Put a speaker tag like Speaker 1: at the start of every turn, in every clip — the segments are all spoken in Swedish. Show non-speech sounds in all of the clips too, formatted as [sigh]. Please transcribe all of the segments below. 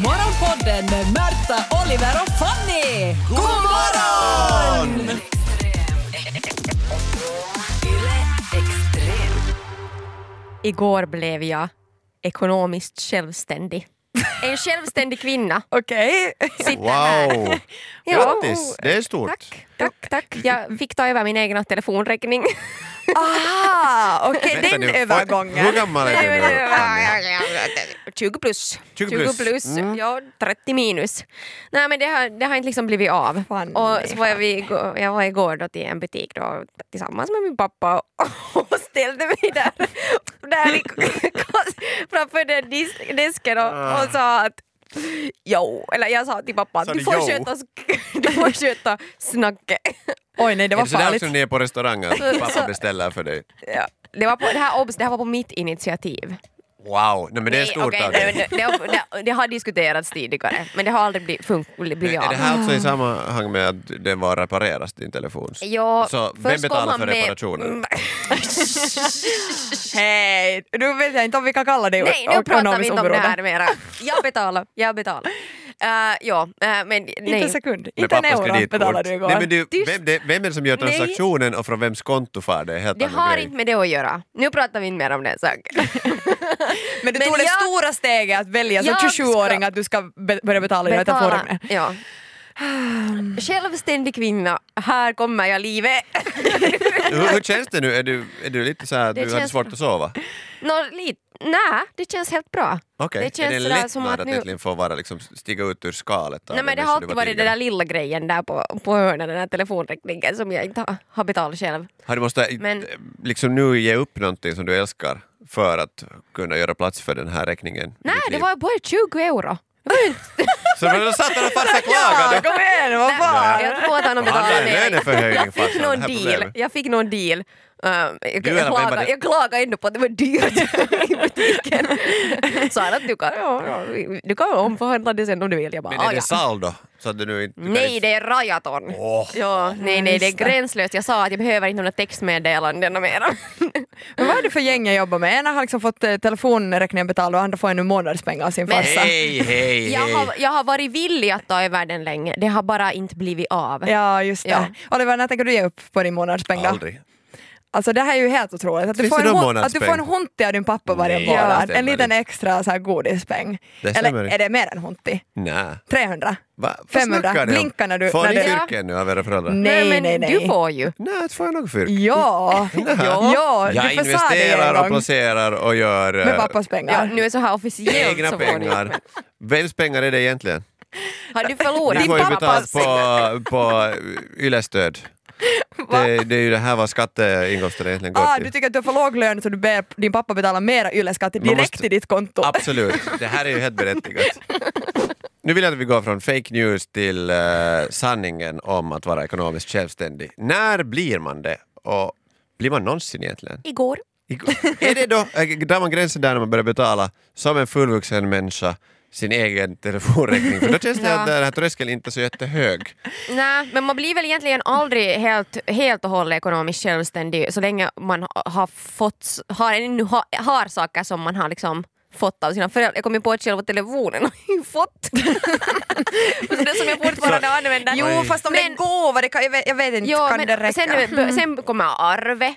Speaker 1: Morgonpodden med Märta, Oliver och Fanny! God morgon!
Speaker 2: Igår blev jag ekonomiskt självständig. En självständig kvinna.
Speaker 3: [laughs] Okej.
Speaker 2: Sitter här.
Speaker 4: Wow!
Speaker 2: [laughs] Ja.
Speaker 4: Grattis, det är stort.
Speaker 2: Tack, tack, tack. Jag fick ta över min egna telefonräkning.
Speaker 3: Aha, okej
Speaker 4: Vänta
Speaker 3: den
Speaker 4: nu,
Speaker 3: övergången.
Speaker 4: Hur gammal är du nu? Annie?
Speaker 2: 20 plus.
Speaker 4: 20 plus. Mm.
Speaker 2: Ja, 30 minus. Nej men det har, det har inte liksom blivit av.
Speaker 3: Fan,
Speaker 2: och så var jag, vid, igår- jag var igår då till en butik då, tillsammans med min pappa [laughs] och ställde mig där, där i, framför den dis- desken och, och sa att Jo, eller jag sa till pappa
Speaker 4: Ah. Sa
Speaker 2: att du
Speaker 4: du
Speaker 2: får,
Speaker 4: jo?
Speaker 2: sköta, du får sköta snacket.
Speaker 3: Oj nej det
Speaker 4: Är
Speaker 3: var
Speaker 4: det sådär
Speaker 3: farligt.
Speaker 4: också när ni är på restaurangen? att Pappa beställer för dig.
Speaker 2: Ja. Det, var på, det, här, obs, det här var på mitt initiativ.
Speaker 4: Wow, nej men det är stort
Speaker 2: okej,
Speaker 4: av
Speaker 2: nej,
Speaker 4: dig.
Speaker 2: men det, det, det, det har diskuterats tidigare, men det har aldrig blivit, fun-
Speaker 4: Men
Speaker 2: blivit av.
Speaker 4: Är det här alltså i sammanhang med att den var repareras, din telefon?
Speaker 2: Ja,
Speaker 4: Så Alltså, vem
Speaker 2: först kom
Speaker 4: betalar
Speaker 2: han
Speaker 4: för
Speaker 2: med- Mm,
Speaker 4: reparationen?
Speaker 3: Hej, nu vet jag inte om vi kan kalla dig
Speaker 2: Nej, nu pratar vi
Speaker 3: ekonomiskt
Speaker 2: inte om det
Speaker 3: oberoende.
Speaker 2: här mera. Jag betalar, jag betalar. Uh, ja, eh, men
Speaker 3: Inte
Speaker 2: nej.
Speaker 3: en sekund,
Speaker 4: Med
Speaker 3: inte en
Speaker 4: pappas
Speaker 3: euro
Speaker 4: kreditkort.
Speaker 3: betalade du igår.
Speaker 4: Nej, men du,
Speaker 2: Tyst.
Speaker 4: vem, det, vem är det som gör
Speaker 2: Nej.
Speaker 4: transaktionen och från vems konto far det? är en Helt
Speaker 2: Det
Speaker 4: annan
Speaker 2: har
Speaker 4: Alltså, grej.
Speaker 2: inte med det att göra. Nu pratar vi inte mer om den saken.
Speaker 3: [laughs] Men du
Speaker 2: Men
Speaker 3: tog det
Speaker 2: jag-
Speaker 3: stora steget att välja som
Speaker 2: Jag
Speaker 3: 27-åring
Speaker 2: ska-
Speaker 3: att du ska be- börja betala dina telefonräkningar.
Speaker 2: Ja. Självständig kvinna, här kommer jag livet.
Speaker 4: Hur, hur känns det nu? Är du, är du lite så här att
Speaker 2: Det
Speaker 4: du hade
Speaker 2: känns-
Speaker 4: svårt att sova?
Speaker 2: Nå, lite. Nej, det känns helt bra.
Speaker 4: Okej,
Speaker 2: Det känns
Speaker 4: är det en
Speaker 2: sådär
Speaker 4: lättnad
Speaker 2: som
Speaker 4: att,
Speaker 2: att nu-
Speaker 4: äntligen få vara, liksom, stiga ut ur skalet? av
Speaker 2: Nej, men det
Speaker 4: som
Speaker 2: har
Speaker 4: du
Speaker 2: alltid
Speaker 4: var
Speaker 2: varit den
Speaker 4: tidigare?
Speaker 2: där lilla grejen där på, på hörnan, den här telefonräkningen som jag inte har, har betalat själv.
Speaker 4: Har du måste
Speaker 2: Men-
Speaker 4: liksom nu ge upp någonting som du älskar för att kunna göra plats för den här räkningen? i
Speaker 2: Nej,
Speaker 4: ditt
Speaker 2: det
Speaker 4: liv?
Speaker 2: var bara 20 euro.
Speaker 4: Så då satt han och farsa
Speaker 3: Ja,
Speaker 4: klagade!
Speaker 3: kom igen, vad fan!
Speaker 2: Jag tror att han har
Speaker 4: Han hade
Speaker 2: betalat
Speaker 4: en
Speaker 2: mer. [laughs]
Speaker 4: löneförhöjning,
Speaker 2: Jag fick
Speaker 4: farsan, det
Speaker 2: någon
Speaker 4: här
Speaker 2: deal.
Speaker 4: problemet.
Speaker 2: Jag fick någon deal. Um, jag,
Speaker 4: Du är
Speaker 2: jag,
Speaker 4: en av dem
Speaker 2: klagar,
Speaker 4: bara-
Speaker 2: jag klagar ändå på att det var dyrt [laughs] i butiken.
Speaker 4: [laughs]
Speaker 2: Sa han att du kan, ja, ja, du kan omförhandla det sen om du vill. Jag bara,
Speaker 4: Men är
Speaker 2: "Ah,
Speaker 4: det
Speaker 2: ja."
Speaker 4: saldo? Så att du nu inte... du kan
Speaker 2: Nej,
Speaker 4: inte-
Speaker 2: det är rajaton.
Speaker 4: Åh.
Speaker 2: Ja, nej, nej, det är gränslöst. Jag sa att jag behöver inte några textmeddelanden och mera.
Speaker 3: Men vad är det för gäng jag jobbar med? Ena har liksom fått eh, telefonräkningen betald och andra får ännu månadspeng av sin
Speaker 2: Men-
Speaker 3: farsa.
Speaker 4: Hej, hej,
Speaker 2: Jag
Speaker 4: hej!
Speaker 2: har, jag har varit villig att ta över den länge. Det har bara inte blivit av.
Speaker 3: Ja, just det.
Speaker 2: Ja.
Speaker 3: Oliver, när tänker du ge upp på din månadspeng då?
Speaker 4: Aldrig.
Speaker 3: Alltså det här är ju helt otroligt. Att du,
Speaker 4: Finns
Speaker 3: får
Speaker 4: det
Speaker 3: en,
Speaker 4: någon
Speaker 3: hon- att du
Speaker 4: månadspeng?
Speaker 3: får en honti av din pappa varje
Speaker 4: Nej, det
Speaker 3: månad.
Speaker 4: stämmer
Speaker 3: En liten
Speaker 4: inte.
Speaker 3: extra så här godispeng.
Speaker 4: Det stämmer
Speaker 3: Eller
Speaker 4: inte.
Speaker 3: är det mer än honti?
Speaker 4: Nej.
Speaker 3: 300?
Speaker 4: Va? Vad
Speaker 3: 500.
Speaker 4: snackar ni om?
Speaker 3: Blinka när du-
Speaker 4: Får
Speaker 3: när
Speaker 4: ni
Speaker 3: du-
Speaker 4: fyrken nu av era föräldrar?
Speaker 3: Nej.
Speaker 2: men
Speaker 3: nej.
Speaker 2: du får ju.
Speaker 4: Nej, inte får jag nog [laughs] fyrk.
Speaker 3: Ja, ja,
Speaker 4: jag
Speaker 3: du försade det en
Speaker 4: investerar och
Speaker 3: gång.
Speaker 4: placerar och gör eh,
Speaker 3: Med pappas
Speaker 2: Ja,
Speaker 3: pengar.
Speaker 2: nu är så här officiellt
Speaker 4: egna
Speaker 2: så var det ju,
Speaker 4: pengar.
Speaker 2: men-
Speaker 4: Vems pengar är det egentligen?
Speaker 2: Har du förlorat
Speaker 4: Ni får ju
Speaker 2: pappas-
Speaker 4: betalt på, på ylestöd. Det, det är ju det här vad skatteinkomsten egentligen går
Speaker 3: ah,
Speaker 4: till.
Speaker 3: du tycker att du har för låg lön så du ber din pappa betala mera yleskatt direkt
Speaker 4: Man måste-
Speaker 3: till ditt konto. [laughs]
Speaker 4: Absolut, det här är ju helt berättigat. Nu vill jag att vi går från fake news till eh, sanningen om att vara ekonomiskt självständig. När blir man det? Och blir man någonsin egentligen?
Speaker 2: Igår.
Speaker 4: [laughs] I- Är det då, eh, drar man gränsen där när man börjar betala som en fullvuxen människa sin egen telefonräkning? För då känns det
Speaker 2: Ja.
Speaker 4: att den här tröskeln inte är så jättehög.
Speaker 2: Nej, men man blir väl egentligen aldrig helt, helt och hållet ekonomiskt självständig så länge man ha- har fått, har, ännu ha, har saker som man har liksom fått av sina föräldrar. Jag kom ju på att själva telefonen [laughs] har jag ju fått. så det som jag fortfarande använder.
Speaker 3: [laughs] Jo, fast om det
Speaker 2: Men-
Speaker 3: är gåva, det kan, jag, vet, jag vet inte,
Speaker 2: Ja,
Speaker 3: kan det
Speaker 2: men
Speaker 3: räcka?
Speaker 2: sen, är- sen kommer arvet.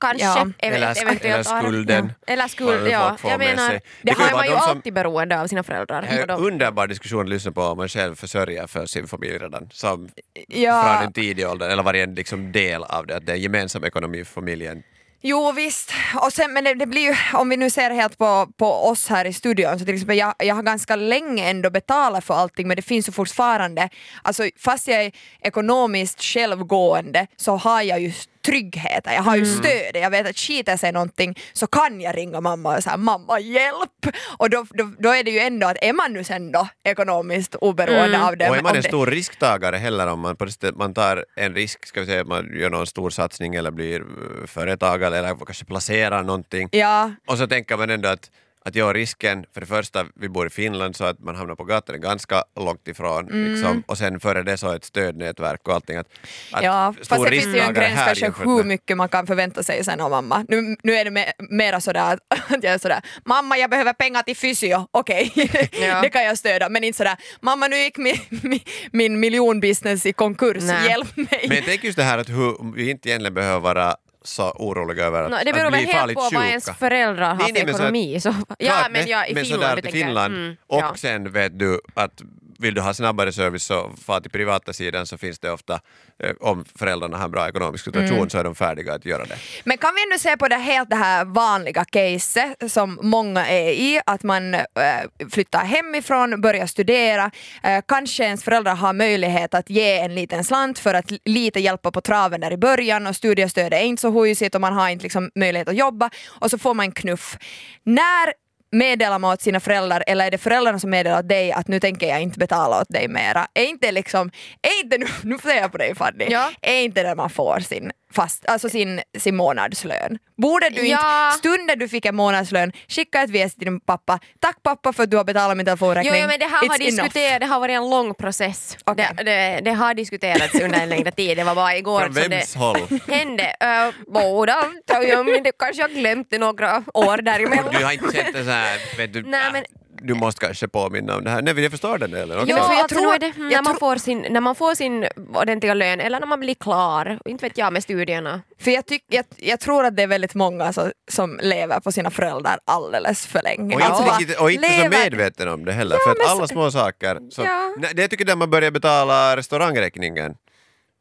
Speaker 2: Kanske.
Speaker 3: Ja.
Speaker 2: ev-
Speaker 4: Eller
Speaker 2: ett
Speaker 4: sk-
Speaker 2: eventuellt
Speaker 4: eller
Speaker 2: arv.
Speaker 4: skulden.
Speaker 2: Ja. Eller skuld,
Speaker 4: Vad
Speaker 2: ja.
Speaker 4: folk får
Speaker 2: Jag
Speaker 4: med
Speaker 2: menar,
Speaker 4: sig.
Speaker 2: det,
Speaker 4: Det kan ju
Speaker 2: har
Speaker 4: vara
Speaker 2: man ju
Speaker 4: de som-
Speaker 2: alltid beroende av sina föräldrar.
Speaker 4: Det här är
Speaker 2: Och
Speaker 4: en
Speaker 2: de-
Speaker 4: underbar diskussion att lyssna på om man själv försörjer för sin familj redan som
Speaker 3: [laughs] ja.
Speaker 4: från en tidig ålder, eller varje liksom del av det, att det är en gemensam ekonomi för familjen.
Speaker 3: Jo visst, och sen, men det, det blir ju, om vi nu ser helt på, på oss här i studion, så till exempel jag, jag har ganska länge ändå betalat för allting men det finns ju fortfarande, alltså fast jag är ekonomiskt självgående så har jag ju tryggheten, jag har ju stöd, jag vet att skiter sig någonting så kan jag ringa mamma och säga mamma hjälp! Och då, då, då är det ju ändå att är man nu sen då ekonomiskt oberoende av det.
Speaker 4: Och
Speaker 3: men
Speaker 4: är man
Speaker 3: om
Speaker 4: en
Speaker 3: det-
Speaker 4: stor risktagare heller om man, på det sättet- man tar en risk, ska vi säga man gör någon stor satsning eller blir eh, företagare eller kanske placerar någonting
Speaker 3: Ja,
Speaker 4: och så tänker man ändå att Att jag risken, för det första, vi bor i Finland så att man hamnar på gatan är ganska långt ifrån.
Speaker 2: Mm.
Speaker 4: Liksom. Och sen före det så är ett stödnätverk och allting. Att, att
Speaker 3: Ja,
Speaker 4: stor
Speaker 3: fast det finns ju en
Speaker 4: risktagare
Speaker 3: gräns
Speaker 4: här
Speaker 3: för sig
Speaker 4: jämfört
Speaker 3: hur
Speaker 4: med-
Speaker 3: mycket man kan förvänta sig sen av mamma. Nu, nu är det me- mera sådär att [laughs] att jag är sådär, mamma jag behöver pengar till fysio, okej, [laughs]
Speaker 2: Ja.
Speaker 3: det kan jag stödja. Men inte sådär, mamma nu gick [laughs] min, min, min miljonbusiness i konkurs,
Speaker 2: Nej.
Speaker 3: hjälp mig.
Speaker 4: Men jag tänker just det här att hur, vi inte egentligen behöver vara så oroliga över att,
Speaker 2: Nå, det
Speaker 4: att
Speaker 2: beror
Speaker 4: bli
Speaker 2: väl helt
Speaker 4: farligt
Speaker 2: på vad
Speaker 4: sjuka.
Speaker 2: ens föräldrar har
Speaker 4: Nej, nej,
Speaker 2: för
Speaker 4: men så
Speaker 2: ekonomi. Så ja,
Speaker 4: Klart,
Speaker 2: men ja, i
Speaker 4: men
Speaker 2: Finland.
Speaker 4: sådär
Speaker 2: vi
Speaker 4: till
Speaker 2: tänker.
Speaker 4: Finland.
Speaker 2: Mm,
Speaker 4: och
Speaker 2: ja.
Speaker 4: sen vet du att vill du ha snabbare service så far till privata sidan så finns det ofta, eh, om föräldrarna har en bra ekonomisk situation
Speaker 2: Mm.
Speaker 4: så är de färdiga att göra det.
Speaker 3: Men kan vi nu se på det helt det här vanliga caset som många är i, att man eh, flyttar hemifrån, börjar studera, eh, kanske ens föräldrar har möjlighet att ge en liten slant för att lite hjälpa på traven där i början och studiestöd är inte så hojsigt och man har inte liksom möjlighet att jobba och så får man en knuff. När meddelar man åt sina föräldrar eller är det föräldrarna som meddelar åt dig att nu tänker jag inte betala åt dig mera? Är inte liksom, är inte nu, nu ser jag på dig Fanny,
Speaker 2: Ja.
Speaker 3: är inte när man får sin, fast, alltså sin, sin månadslön. Borde du
Speaker 2: Ja.
Speaker 3: inte, stunden du fick en månadslön, skicka ett VS till din pappa. Tack pappa för att du har betalat min
Speaker 2: Jo,
Speaker 3: telefonräkning.
Speaker 2: jo, men det här har
Speaker 3: It's enough.
Speaker 2: diskuterats, det har varit en lång process.
Speaker 3: Okej.
Speaker 2: Det, det, det har diskuterats under en längre tid, det var bara igår
Speaker 4: Från
Speaker 2: som
Speaker 4: vems
Speaker 2: det
Speaker 4: håll?
Speaker 2: hände. Uh, båda, tror jag, men det kanske jag glömde några år däremellan.
Speaker 4: Du har inte känt det så här, vet du, äh,
Speaker 2: Nej, men-
Speaker 4: du måste kanske påminna om det här. Nej, men jag förstår den delen också.
Speaker 2: Jo,
Speaker 3: för jag
Speaker 2: alltså,
Speaker 3: tror
Speaker 2: nog är
Speaker 3: att-
Speaker 2: det,
Speaker 3: jag
Speaker 2: när, man
Speaker 3: tror-
Speaker 2: får sin, när man får sin ordentliga lön eller när man blir klar, inte vet jag med studierna.
Speaker 3: För jag, tyck, jag, jag tror att det är väldigt många som, som lever på sina föräldrar alldeles för länge.
Speaker 4: Och inte,
Speaker 3: Alltså bara
Speaker 4: riktigt, och inte så
Speaker 3: lever-
Speaker 4: medveten om det heller, för
Speaker 3: Ja,
Speaker 4: att
Speaker 3: men
Speaker 4: alla
Speaker 3: så-
Speaker 4: små saker... Så,
Speaker 2: Ja.
Speaker 4: Nej, det jag tycker jag när man börjar betala restaurangräkningen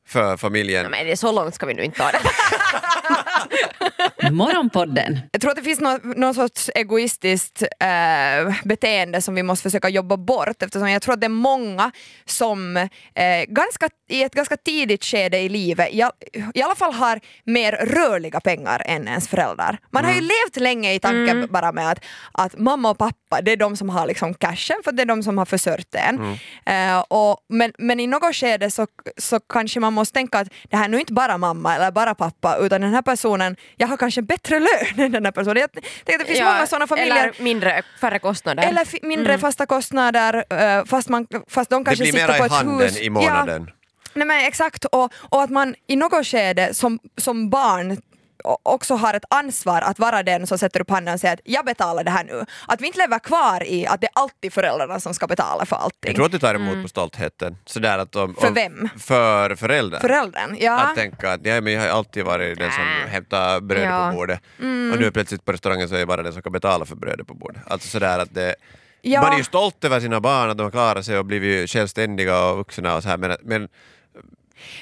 Speaker 4: för familjen.
Speaker 2: Nej, men det är så långt ska vi nu inte ta det.
Speaker 1: Morgonpodden
Speaker 3: Jag tror att det finns någon, någon sorts egoistiskt eh, beteende som vi måste försöka jobba bort eftersom jag tror att det är många som eh, ganska, i ett ganska tidigt skede i livet i, all, i alla fall har mer rörliga pengar än ens föräldrar. Man har ju levt länge i tanken
Speaker 2: Mm.
Speaker 3: bara med att, att mamma och pappa det är de som har liksom cashen för det är de som har försörjt en.
Speaker 2: Mm.
Speaker 3: Eh, och, men, men i något skede så, så kanske man måste tänka att det här är nu inte bara mamma eller bara pappa utan den här personen, jag har kanske bättre lön [laughs] än den här personen. Jag tänker att [laughs] det finns
Speaker 2: Ja,
Speaker 3: många sådana familjer
Speaker 2: Eller Mm. mindre, färre kostnader.
Speaker 3: eller fi- mindre fasta kostnader eh, fast, man, fast de
Speaker 4: det
Speaker 3: kanske
Speaker 4: blir
Speaker 3: sitter
Speaker 4: mera
Speaker 3: på
Speaker 4: i
Speaker 3: ett
Speaker 4: handen
Speaker 3: hus.
Speaker 4: i
Speaker 3: Ja,
Speaker 4: månaden.
Speaker 3: nej men exakt, och, och att man i något skede som, som barn o- också har ett ansvar att vara den som sätter upp handen och säger att jag betalar det här nu. Att vi inte lever kvar i att det är alltid föräldrarna som ska betala för
Speaker 4: Jag
Speaker 3: allting.
Speaker 4: tror att du tar emot på stoltheten. Sådär att de,
Speaker 3: Mm. För
Speaker 4: om-
Speaker 3: vem?
Speaker 4: För föräldrar.
Speaker 3: Föräldern, ja.
Speaker 4: Att tänka att ja, men jag har alltid varit den som
Speaker 2: Äh.
Speaker 4: hämtar bröd
Speaker 2: Ja.
Speaker 4: på bordet
Speaker 3: Mm.
Speaker 4: och nu plötsligt på restaurangen så är jag bara den som kan betala för brödet på bordet. Alltså sådär att det,
Speaker 3: Ja.
Speaker 4: Man är ju stolt över sina barn, att de har klarat sig och blivit självständiga och vuxna och så här, men, men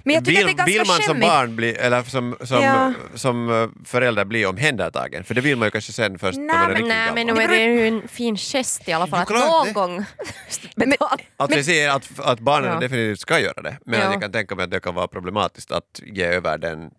Speaker 3: Men jag tycker
Speaker 4: vill,
Speaker 3: att det är
Speaker 4: vill
Speaker 3: ganska
Speaker 4: man som
Speaker 3: skämmigt.
Speaker 4: barn bli, eller som, som,
Speaker 3: Ja.
Speaker 4: som eh, förälder bli omhändertagen? För det vill man ju kanske sen först när
Speaker 3: Nej,
Speaker 4: man är
Speaker 3: men-
Speaker 4: riktigt
Speaker 2: Nej men
Speaker 4: gammal.
Speaker 2: nu är det ju en fin gest i alla fall
Speaker 4: Jo,
Speaker 2: att
Speaker 4: klart
Speaker 2: någon
Speaker 4: det.
Speaker 2: gång
Speaker 3: Men-
Speaker 2: betala.
Speaker 4: Att vi ser att, att barnen
Speaker 2: Ja.
Speaker 4: definitivt ska göra det, men
Speaker 2: Ja.
Speaker 4: att jag kan tänka mig att det kan vara problematiskt att ge över den.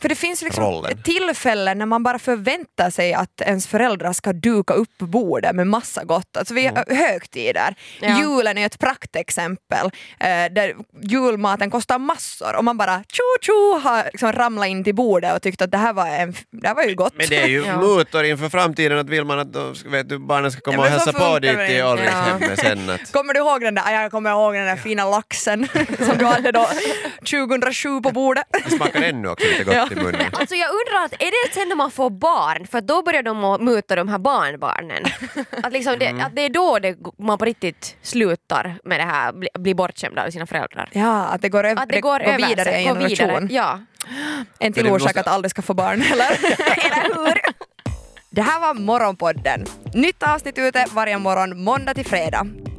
Speaker 3: För det finns liksom
Speaker 4: Rollen.
Speaker 3: tillfällen när man bara förväntar sig att ens föräldrar ska duka upp bordet med massa gott. Alltså
Speaker 4: Mm.
Speaker 3: vi har högtider.
Speaker 2: Ja.
Speaker 3: Julen är ett praktexempel eh, där julmaten kostar massor och man bara tjo tjo har liksom ramlat in till bordet och tyckt att det här var, en, det här var ju gott.
Speaker 4: Men det är ju
Speaker 2: Ja.
Speaker 4: mutor inför framtiden, att vill man att de, ska- vet du, barnen ska komma
Speaker 3: Ja,
Speaker 4: och
Speaker 3: men så
Speaker 4: hälsa på
Speaker 3: funkar
Speaker 4: dit
Speaker 3: det
Speaker 4: i
Speaker 3: inte.
Speaker 4: ålderdomshemmet sen.
Speaker 3: [laughs]
Speaker 4: Att,
Speaker 3: Kommer du ihåg den där, ah, jag kommer ihåg den där fina laxen [laughs] som du hade då 2007 på
Speaker 4: [laughs]
Speaker 3: bordet?
Speaker 4: det smakar ännu också lite
Speaker 3: [laughs]
Speaker 4: gott
Speaker 3: Ja.
Speaker 4: i munnen.
Speaker 2: Alltså jag undrar, att är det sen när man får barn? För då börjar de att muta de
Speaker 3: [laughs]
Speaker 2: här barnbarnen. Att, liksom det, att det är då det, man på riktigt slutar med det här, bli, bli bortkämd av sina föräldrar.
Speaker 3: Ja, att det går, över,
Speaker 2: Att det, går, över
Speaker 3: vidare
Speaker 2: sig,
Speaker 3: i en
Speaker 2: går vidare.
Speaker 3: generation.
Speaker 2: Ja.
Speaker 3: En
Speaker 4: Men
Speaker 3: till
Speaker 4: det
Speaker 3: orsak
Speaker 4: måste-
Speaker 3: att aldrig ska få barn, [laughs]
Speaker 4: [laughs]
Speaker 3: eller?
Speaker 2: Eller hur? [laughs]
Speaker 3: Det här var Morgonpodden. Nytt avsnitt ute varje morgon måndag till fredag.